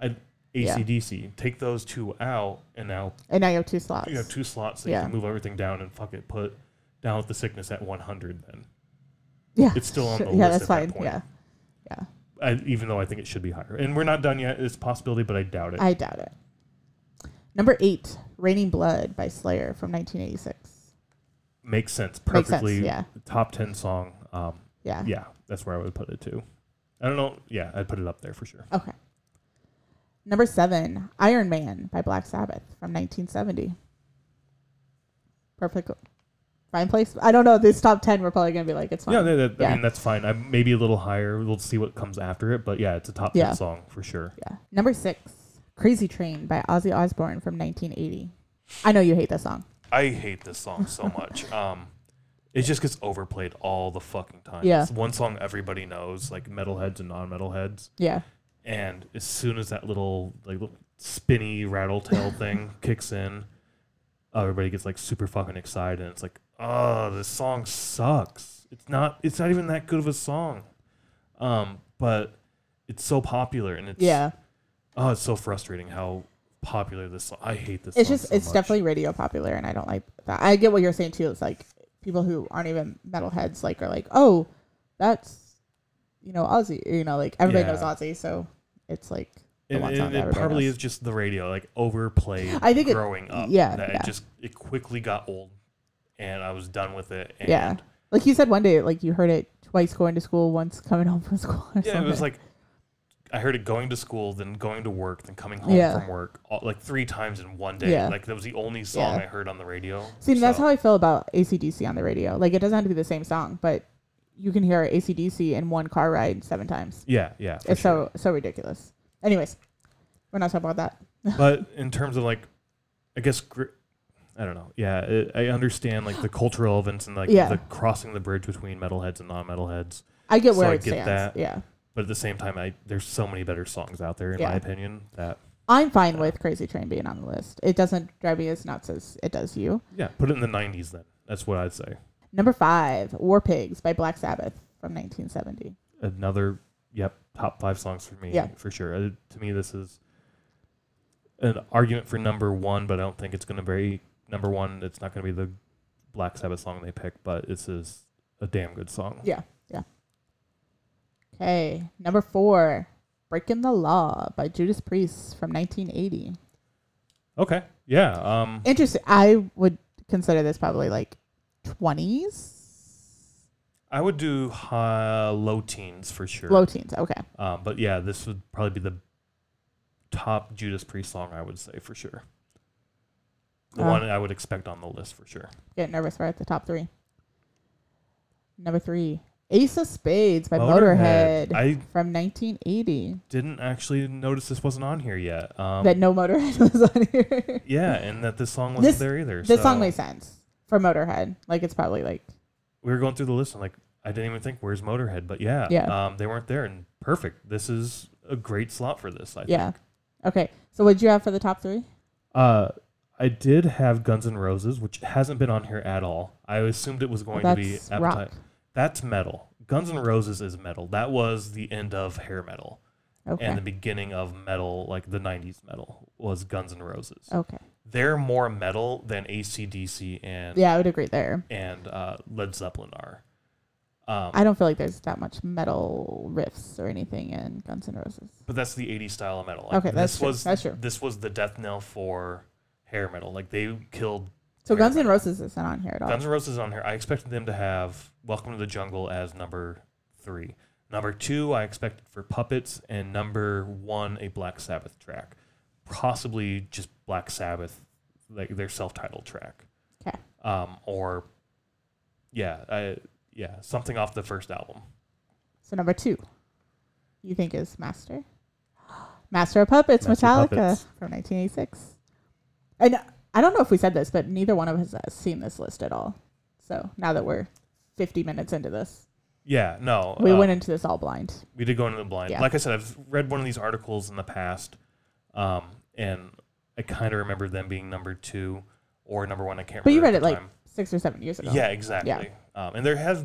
S1: I,
S2: Yeah.
S1: ACDC. Take those two out, and now
S2: And now you have two slots.
S1: you have two slots that
S2: Yeah.
S1: you can move everything down and fuck it, put Down with the Sickness at 100. Then
S2: yeah.
S1: it's still on
S2: Sure.
S1: the
S2: Yeah,
S1: list
S2: that's
S1: at that
S2: fine.
S1: point.
S2: Yeah.
S1: I, even though I think it should be higher, and we're not done yet. It's a possibility, but I doubt it.
S2: I doubt it. Number eight, Raining Blood by Slayer from 1986.
S1: makes sense
S2: Makes
S1: perfectly.
S2: sense. Yeah.
S1: Top ten song. Um,
S2: Yeah.
S1: yeah, that's where I would put it too. I don't know. Yeah, I'd put it up there for sure.
S2: Okay. Number seven, Iron Man by Black Sabbath from 1970. Perfect. Fine place. I don't know. These top 10 we're probably going to be like, it's fine.
S1: Yeah, that, that-
S2: Yeah.
S1: I mean that's fine. I maybe a little higher. We'll see what comes after it, but yeah, it's a top
S2: Yeah.
S1: ten song for sure.
S2: Yeah. Number six, Crazy Train by Ozzy Osbourne from 1980. I know you hate that song.
S1: I hate this song so much. Um, it just gets overplayed all the fucking time.
S2: Yeah.
S1: It's one song everybody knows, like metalheads and non-metalheads.
S2: Yeah.
S1: And as soon as that little like little spinny rattle tail thing kicks in, uh, everybody gets like super fucking excited. And it's like, oh, this song sucks. It's not. It's not even that good of a song. Um, but it's so popular, and it's
S2: Yeah.
S1: Oh, it's so frustrating how popular this song. I hate this.
S2: It's
S1: song
S2: just,
S1: so
S2: it's
S1: much.
S2: definitely radio popular, and I don't like that. I get what you're saying, too. It's like people who aren't even metalheads, like, are like, oh, that's, you know, Ozzy. You know, like, everybody
S1: Yeah.
S2: knows Ozzy, so it's like, the
S1: and,
S2: one
S1: and
S2: song
S1: it
S2: that everybody
S1: probably
S2: knows.
S1: is just the radio, like overplayed.
S2: I think it-
S1: growing up,
S2: yeah,
S1: that
S2: yeah.
S1: it just it quickly got old, and I was done with it. And
S2: yeah. Like you said one day, like, you heard it twice going to school, once coming home from school. Or
S1: Yeah,
S2: something.
S1: it was like I heard it going to school, then going to work, then coming home
S2: Yeah.
S1: from work, all, like three times in one day.
S2: Yeah.
S1: Like that was the only song
S2: Yeah.
S1: I heard on the radio.
S2: See, and that's
S1: so-
S2: how I feel about ACDC on the radio. Like, it doesn't have to be the same song, but you can hear ACDC in one car ride seven times.
S1: Yeah, yeah. for
S2: It's
S1: sure.
S2: so so ridiculous. Anyways, we're not talking about that.
S1: but in terms of like, I guess gr- I don't know. Yeah, it, I understand like the cultural events and like
S2: Yeah.
S1: the crossing the bridge between metalheads and non-metalheads.
S2: I get
S1: So
S2: where
S1: I
S2: it
S1: get
S2: stands.
S1: that.
S2: Yeah,
S1: But at the same time, I there's so many better songs out there in my
S2: Yeah.
S1: opinion. That
S2: I'm fine with Crazy Train being on the list. It doesn't drive me as nuts as it does you.
S1: yeah, put it in the '90s then. That's what I'd say.
S2: Number five, War Pigs by Black Sabbath from 1970.
S1: Another, yep, top five songs for me,
S2: Yeah.
S1: for sure. Uh, to me, this is an argument for number one, but I don't think it's going to be number one. It's not going to be the Black Sabbath song they pick, but this is a damn good song.
S2: Yeah. Okay, number four, Breaking the Law by Judas Priest from 1980.
S1: Okay, yeah, um,
S2: Interesting. I would consider this probably like 20s,
S1: I would do uh, low teens for sure.
S2: low teens. Okay.
S1: Um, but yeah, this would probably be the top Judas Priest song I would say for sure. The
S2: Uh.
S1: one I would expect on the list for sure.
S2: Get nervous. We're at the top three. Number three, Ace of Spades by
S1: Motorhead.
S2: Motorhead,
S1: I
S2: from 1980.
S1: didn't actually notice this wasn't on here yet. Um,
S2: that no Motorhead was on here.
S1: yeah, and that this song wasn't
S2: This-
S1: there either.
S2: This song
S1: so
S2: makes sense for Motorhead. Like it's probably like
S1: we were going through the list and like I didn't even think where's Motorhead, but yeah,
S2: Yeah.
S1: Um, they weren't there. And perfect. This is a great slot for this. I
S2: yeah.
S1: think.
S2: Okay, so what'd you have for the top three?
S1: Uh, I did have Guns N' Roses, which hasn't been on here at all. I assumed it was going to be
S2: That's
S1: Appetite.
S2: rock.
S1: That's metal. Guns
S2: Mm-hmm.
S1: N' Roses is metal. That was the end of hair metal and
S2: Okay.
S1: the beginning of metal, like the '90s metal, was Guns N' Roses.
S2: Okay.
S1: They're more metal than ACDC and
S2: Yeah, I would agree there.
S1: and uh, Led Zeppelin are. Um,
S2: I don't feel like there's that much metal riffs or anything in Guns N' Roses.
S1: but that's the '80s style of metal.
S2: Okay, that's
S1: this
S2: true.
S1: was
S2: That's true.
S1: this was the death knell for hair metal. Like they killed
S2: So
S1: Fair
S2: Guns N'
S1: enough.
S2: Roses isn't on here at all.
S1: Guns N' Roses on here. I expected them to have Welcome to the Jungle as number three. Number two, I expected for Puppets, and number one, a Black Sabbath track, possibly just Black Sabbath, like their self-titled track.
S2: 'Kay.
S1: Um, or yeah, I, yeah, something off the first album.
S2: so number two, you think is Master? Master of Puppets,
S1: Master of
S2: Metallica
S1: Puppets.
S2: from 1986. And I don't know if we said this, but neither one of us has seen this list at all. So now that we're 50 minutes into this,
S1: Yeah, no,
S2: we
S1: uh,
S2: went into this all blind.
S1: we did go into the blind.
S2: Yeah.
S1: Like I said, I've read one of these articles in the past, um, and I kind of remember them being number two or number one. I can't.
S2: But you
S1: remember
S2: read
S1: at
S2: it
S1: the
S2: like
S1: time.
S2: six or seven years ago.
S1: Yeah, exactly. Um, and there has,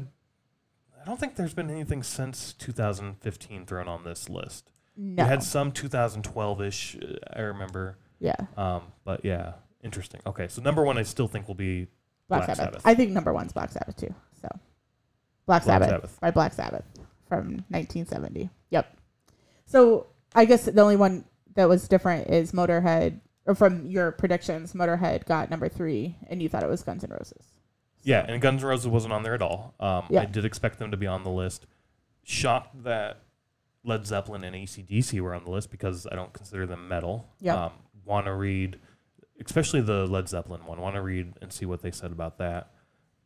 S1: I don't think there's been anything since 2015 thrown on this list.
S2: No.
S1: We had some 2012 ish, uh, I remember.
S2: yeah.
S1: Um, but yeah, interesting. Okay, so number one, I still think will be
S2: Black,
S1: Black
S2: Sabbath.
S1: Sabbath.
S2: I think number one's Black Sabbath too. So
S1: Black
S2: Black, Sabbath,
S1: Sabbath.
S2: by Black Sabbath from 1970. Yep. So I guess the only one that was different is Motorhead, or from your predictions, Motorhead got number three, and you thought it was Guns N' Roses.
S1: yeah, and Guns N' Roses wasn't on there at all. Um,
S2: Yeah.
S1: I did expect them to be on the list. Shocked that Led Zeppelin and ACDC were on the list because I don't consider them metal.
S2: Yeah.
S1: Um, want to read, especially the Led Zeppelin one, want to read and see what they said about that.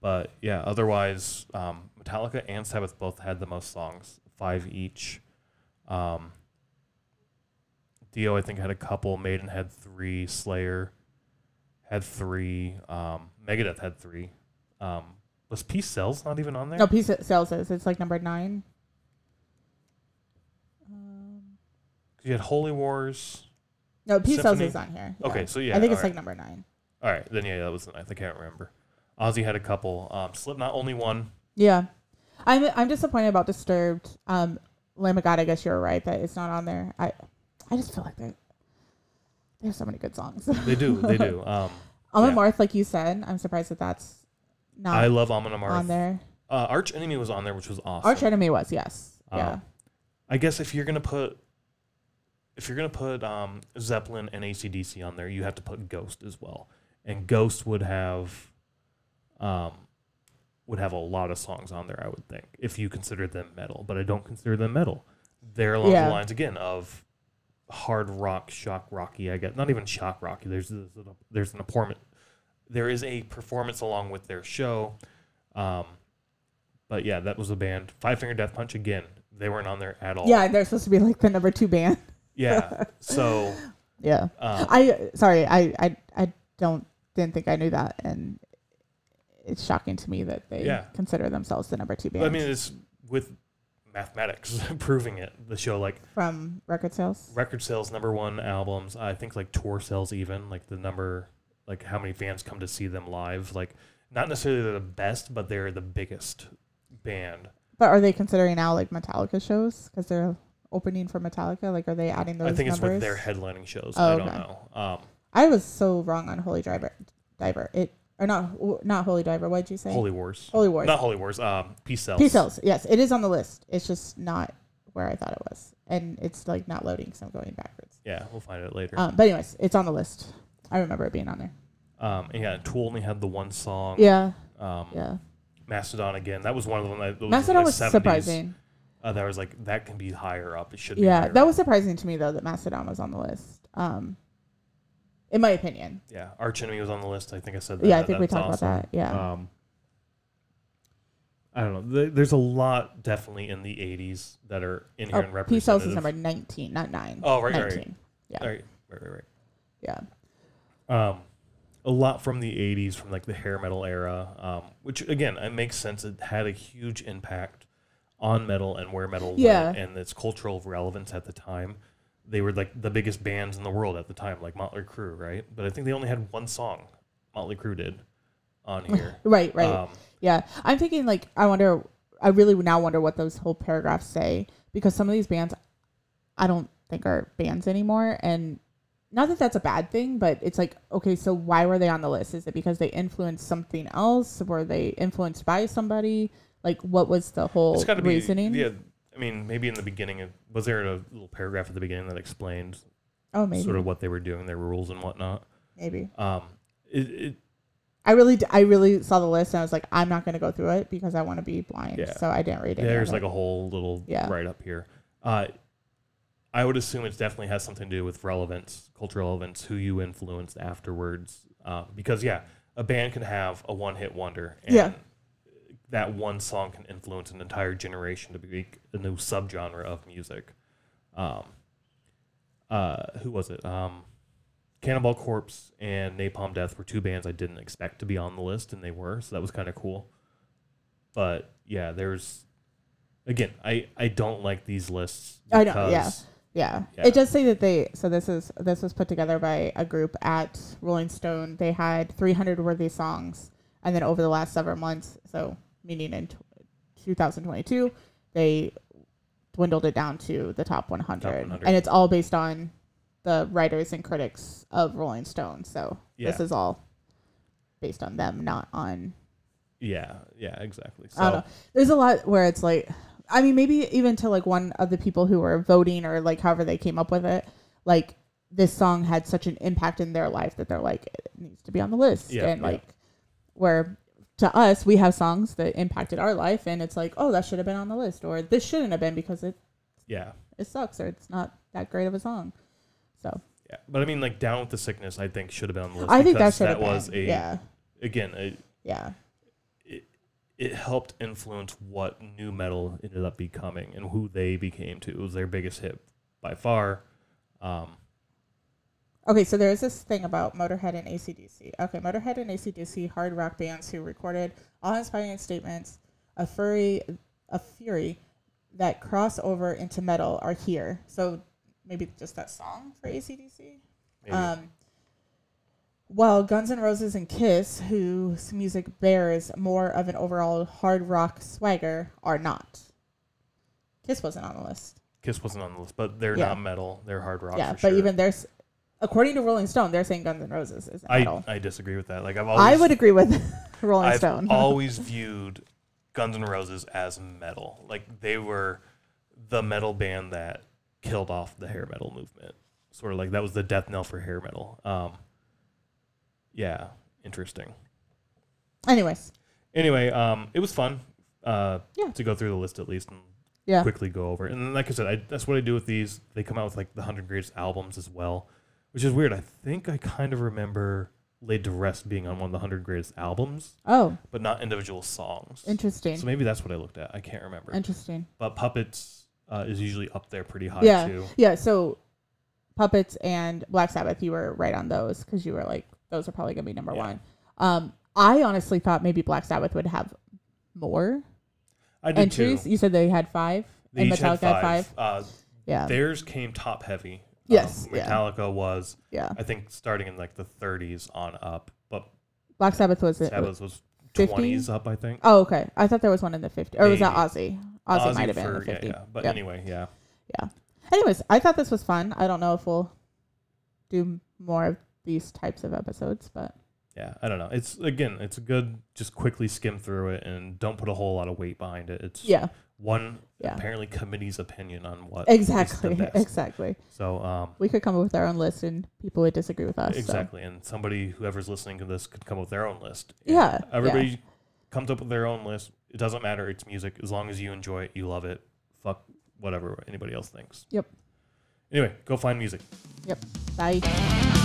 S1: But yeah, otherwise, um, Metallica and Sabbath both had the most songs, five each. Um, Dio, I think, had a couple. Maiden had three. Slayer had three. Um, Megadeth had three. Um, was Peace Cells not even on there?
S2: No, Peace of Sales is. It's like number nine. Um,
S1: 'Cause You had Holy Wars.
S2: no, Peace of Cells
S1: Symphony?
S2: is on here.
S1: Okay, so yeah,
S2: I think it's
S1: all
S2: like number nine.
S1: All right, then yeah, that was the ninth. I can't remember. Ozzy had a couple. Um, Slipknot only one.
S2: Yeah, I'm I'm disappointed about Disturbed. Um, Lamb of God, I guess you're right that it's not on there. I I just feel like they they have so many good songs.
S1: They do, they do. Um,
S2: Alma
S1: Yeah.
S2: Marth, like you said, I'm surprised that that's not
S1: I love Amon Amarth.
S2: on there.
S1: Uh, Arch Enemy was on there, which was awesome.
S2: Arch Enemy was yes,
S1: Um,
S2: yeah,
S1: I guess if you're gonna put if you're gonna put um, Zeppelin and ACDC on there, you have to put Ghost as well. And Ghost would have um, would have a lot of songs on there, I would think, if you consider them metal. But I don't consider them metal. They're along
S2: Yeah.
S1: the lines again of hard rock, shock rocky. I guess not even shock rocky. There's there's an- there's an apartment. There is a performance along with their show. Um, but yeah, that was a band. Five Finger Death Punch again. They weren't on there at all.
S2: yeah. They're supposed to be like the number two band.
S1: Yeah. So
S2: Yeah,
S1: um,
S2: I sorry, I I I don't didn't think I knew that, and it's shocking to me that they
S1: Yeah.
S2: consider themselves the number two band
S1: I mean, it's with mathematics proving it. The show like
S2: from record sales.
S1: record sales, number one albums. I think like tour sales, even like the number, like how many fans come to see them live. Like Not necessarily they're the best, but they're the biggest band.
S2: But are they considering now like Metallica shows because they're opening for Metallica? Like, are they adding those?
S1: I think it's with
S2: numbers?
S1: their headlining shows.
S2: Oh,
S1: I don't
S2: okay.
S1: know. Um,
S2: I was so wrong on Holy Driver. Diver. It or not not Holy Diver. What did you say?
S1: Holy Wars.
S2: Oh, Holy Wars.
S1: Not Holy Wars. Um, Peace Cells.
S2: Peace Cells. Yes, it is on the list. It's just not where I thought it was, and it's like not loading, so I'm going backwards.
S1: Yeah, we'll find it later.
S2: Um, but anyways, it's on the list. I remember it being on there.
S1: Um, and yeah, Tool only had the one song.
S2: Yeah,
S1: Um,
S2: yeah.
S1: Mastodon again. That was one of them. That, that was
S2: Mastodon
S1: in the
S2: was
S1: 70s.
S2: surprising.
S1: Uh, that was like that can be higher up. It should. Be
S2: Yeah,
S1: higher
S2: that
S1: up.
S2: was surprising to me though that Mastodon was on the list. Um, in my opinion.
S1: Yeah, Arch Enemy was on the list. I think I said that.
S2: Yeah, I think we
S1: That's
S2: talked
S1: awesome.
S2: about that. Yeah,
S1: Um, I don't know. There- There's a lot definitely in the 80s that are in here and
S2: oh, Peace Cells is
S1: representative.
S2: number nineteen, not nine.
S1: Oh, right, right, right.
S2: 19. yeah.
S1: All right, right, right,
S2: Yeah,
S1: right. Um, a lot from the 80s, from like the hair metal era, um, which again, it makes sense. It had a huge impact on metal and where metal
S2: Yeah.
S1: went and its cultural relevance at the time. They were like the biggest bands in the world at the time, like Motley Crue, right? But I think they only had one song, Motley Crue did, on here.
S2: right, right.
S1: Um,
S2: Yeah, I'm thinking like I wonder. I really now wonder what those whole paragraphs say because some of these bands, I don't think are bands anymore. And not that that's a bad thing, but it's like okay, so why were they on the list? Is it because they influenced something else? Were they influenced by somebody? Like what was the whole
S1: it's got to be
S2: reasoning?
S1: Yeah, I mean, maybe in the beginning, it- was there a little paragraph at the beginning that explained
S2: oh, maybe,
S1: sort of what they were doing, their rules and whatnot?
S2: maybe.
S1: Um, it, it
S2: I really, d- I really saw the list and I was like, I'm not going to go through it because I want to be blind.
S1: Yeah.
S2: So I didn't read it.
S1: there's like a whole little
S2: Yeah.
S1: write up here. Uh, I would assume it definitely has something to do with relevance, cultural relevance, who you influenced afterwards. Uh, because yeah, a band can have a one hit wonder. And
S2: Yeah.
S1: That one song can influence an entire generation to be a new subgenre of music. Um, uh, who was it? Um, Cannonball Corpse and Napalm Death were two bands I didn't expect to be on the list, and they were, so that was kind of cool. But yeah, there's again, I I don't like these lists.
S2: I know, yeah.
S1: because-
S2: Yeah.
S1: Yeah.
S2: It does say that they so this is this was put together by a group at Rolling Stone. They had 300 worthy songs and then over the last several months, so meaning in t- 2022, they dwindled it down to the top 100.
S1: Top 100.
S2: And it's all based on the writers and critics of Rolling Stone. So this
S1: Yeah.
S2: is all based on them, not on
S1: yeah, yeah, exactly. So
S2: I don't know. There's a lot where it's like, I mean, maybe even to like one of the people who were voting or like however they came up with it, like this song had such an impact in their life that they're like, it needs to be on the list.
S1: Yeah,
S2: and
S1: yeah.
S2: like, where to us, we have songs that impacted our life and it's like, oh, that should have been on the list or this shouldn't have been because it,
S1: yeah,
S2: it sucks or it's not that great of a song. So
S1: yeah, but I mean, like Down with the Sickness, I think should have been on the list.
S2: I think that
S1: because
S2: should have been.
S1: was a
S2: yeah.
S1: again a,
S2: Yeah.
S1: it helped influence what new metal ended up becoming and who they became to. It was their biggest hit by far. Um,
S2: Okay, so there's this thing about Motorhead and ACDC. Okay, Motorhead and ACDC, hard rock bands who recorded awe-inspiring statements, a fury, a fury that cross over into metal are here. So maybe just that song for ACDC.
S1: maybe.
S2: Um, while Guns N' Roses and Kiss, whose music bears more of an overall hard rock swagger, are not. Kiss wasn't on the list.
S1: Kiss wasn't on the list, but they're
S2: Yeah.
S1: not metal. They're hard rock.
S2: yeah,
S1: for sure.
S2: but even there's, according to Rolling Stone, they're saying Guns N' Roses isn't metal.
S1: I, I disagree with that. Like I've always
S2: I would agree with Rolling
S1: I've
S2: Stone.
S1: always viewed Guns N' Roses as metal. Like they were the metal band that killed off the hair metal movement. Sort of like that was the death knell for hair metal. Um, yeah, interesting.
S2: Anyways,
S1: Anyway, um, it was fun. Uh,
S2: Yeah.
S1: to go through the list at least and
S2: yeah,
S1: quickly go over. it. And then, like I said, I, that's what I do with these. They come out with like the hundred greatest albums as well, which is weird. I think I kind of remember Laid to Rest being on one of the hundred greatest albums,
S2: Oh,
S1: but not individual songs.
S2: interesting.
S1: So maybe that's what I looked at. I can't remember.
S2: Interesting.
S1: but puppets uh, is usually up there pretty high
S2: Yeah.
S1: too.
S2: Yeah. So, puppets and Black Sabbath, you were right on those because you were like, those are probably gonna be number
S1: Yeah.
S2: one. Um, I honestly thought maybe Black Sabbath would have more
S1: I did
S2: entries.
S1: too.
S2: You said they had five,
S1: They
S2: and
S1: each had
S2: Metallica had five.
S1: Uh,
S2: Yeah.
S1: Theirs came top heavy. Um,
S2: Yes, yeah.
S1: Metallica was,
S2: yeah.
S1: I think, starting in like the 30s on up, but
S2: Black Sabbath was it.
S1: Sabbath was
S2: 50s?
S1: twenties up, I think.
S2: Oh, okay. I thought there was one in the 50s. Or was that Aussie? Aussie,
S1: Ozzy
S2: Oh, might have been in the
S1: for- yeah,
S2: 50.
S1: yeah. But
S2: Yep.
S1: anyway, yeah.
S2: Anyways, I thought this was fun. I don't know if we'll do more of these types of episodes, but
S1: Yeah, I don't know. It's again, it's a good just quickly skim through it and don't put a whole lot of weight behind it. It's
S2: yeah,
S1: one
S2: Yeah.
S1: apparently committee's opinion on what is the
S2: exactly,
S1: best.
S2: exactly.
S1: So um
S2: We could come up with our own list, and people would disagree with us. so.
S1: exactly, and somebody whoever's listening to this could come up with their own list. And
S2: Yeah, yeah.
S1: everybody comes up with their own list. It doesn't matter. It's music as long as you enjoy it, you love it. Fuck whatever anybody else thinks.
S2: Yep.
S1: Anyway, go find music.
S2: Bye.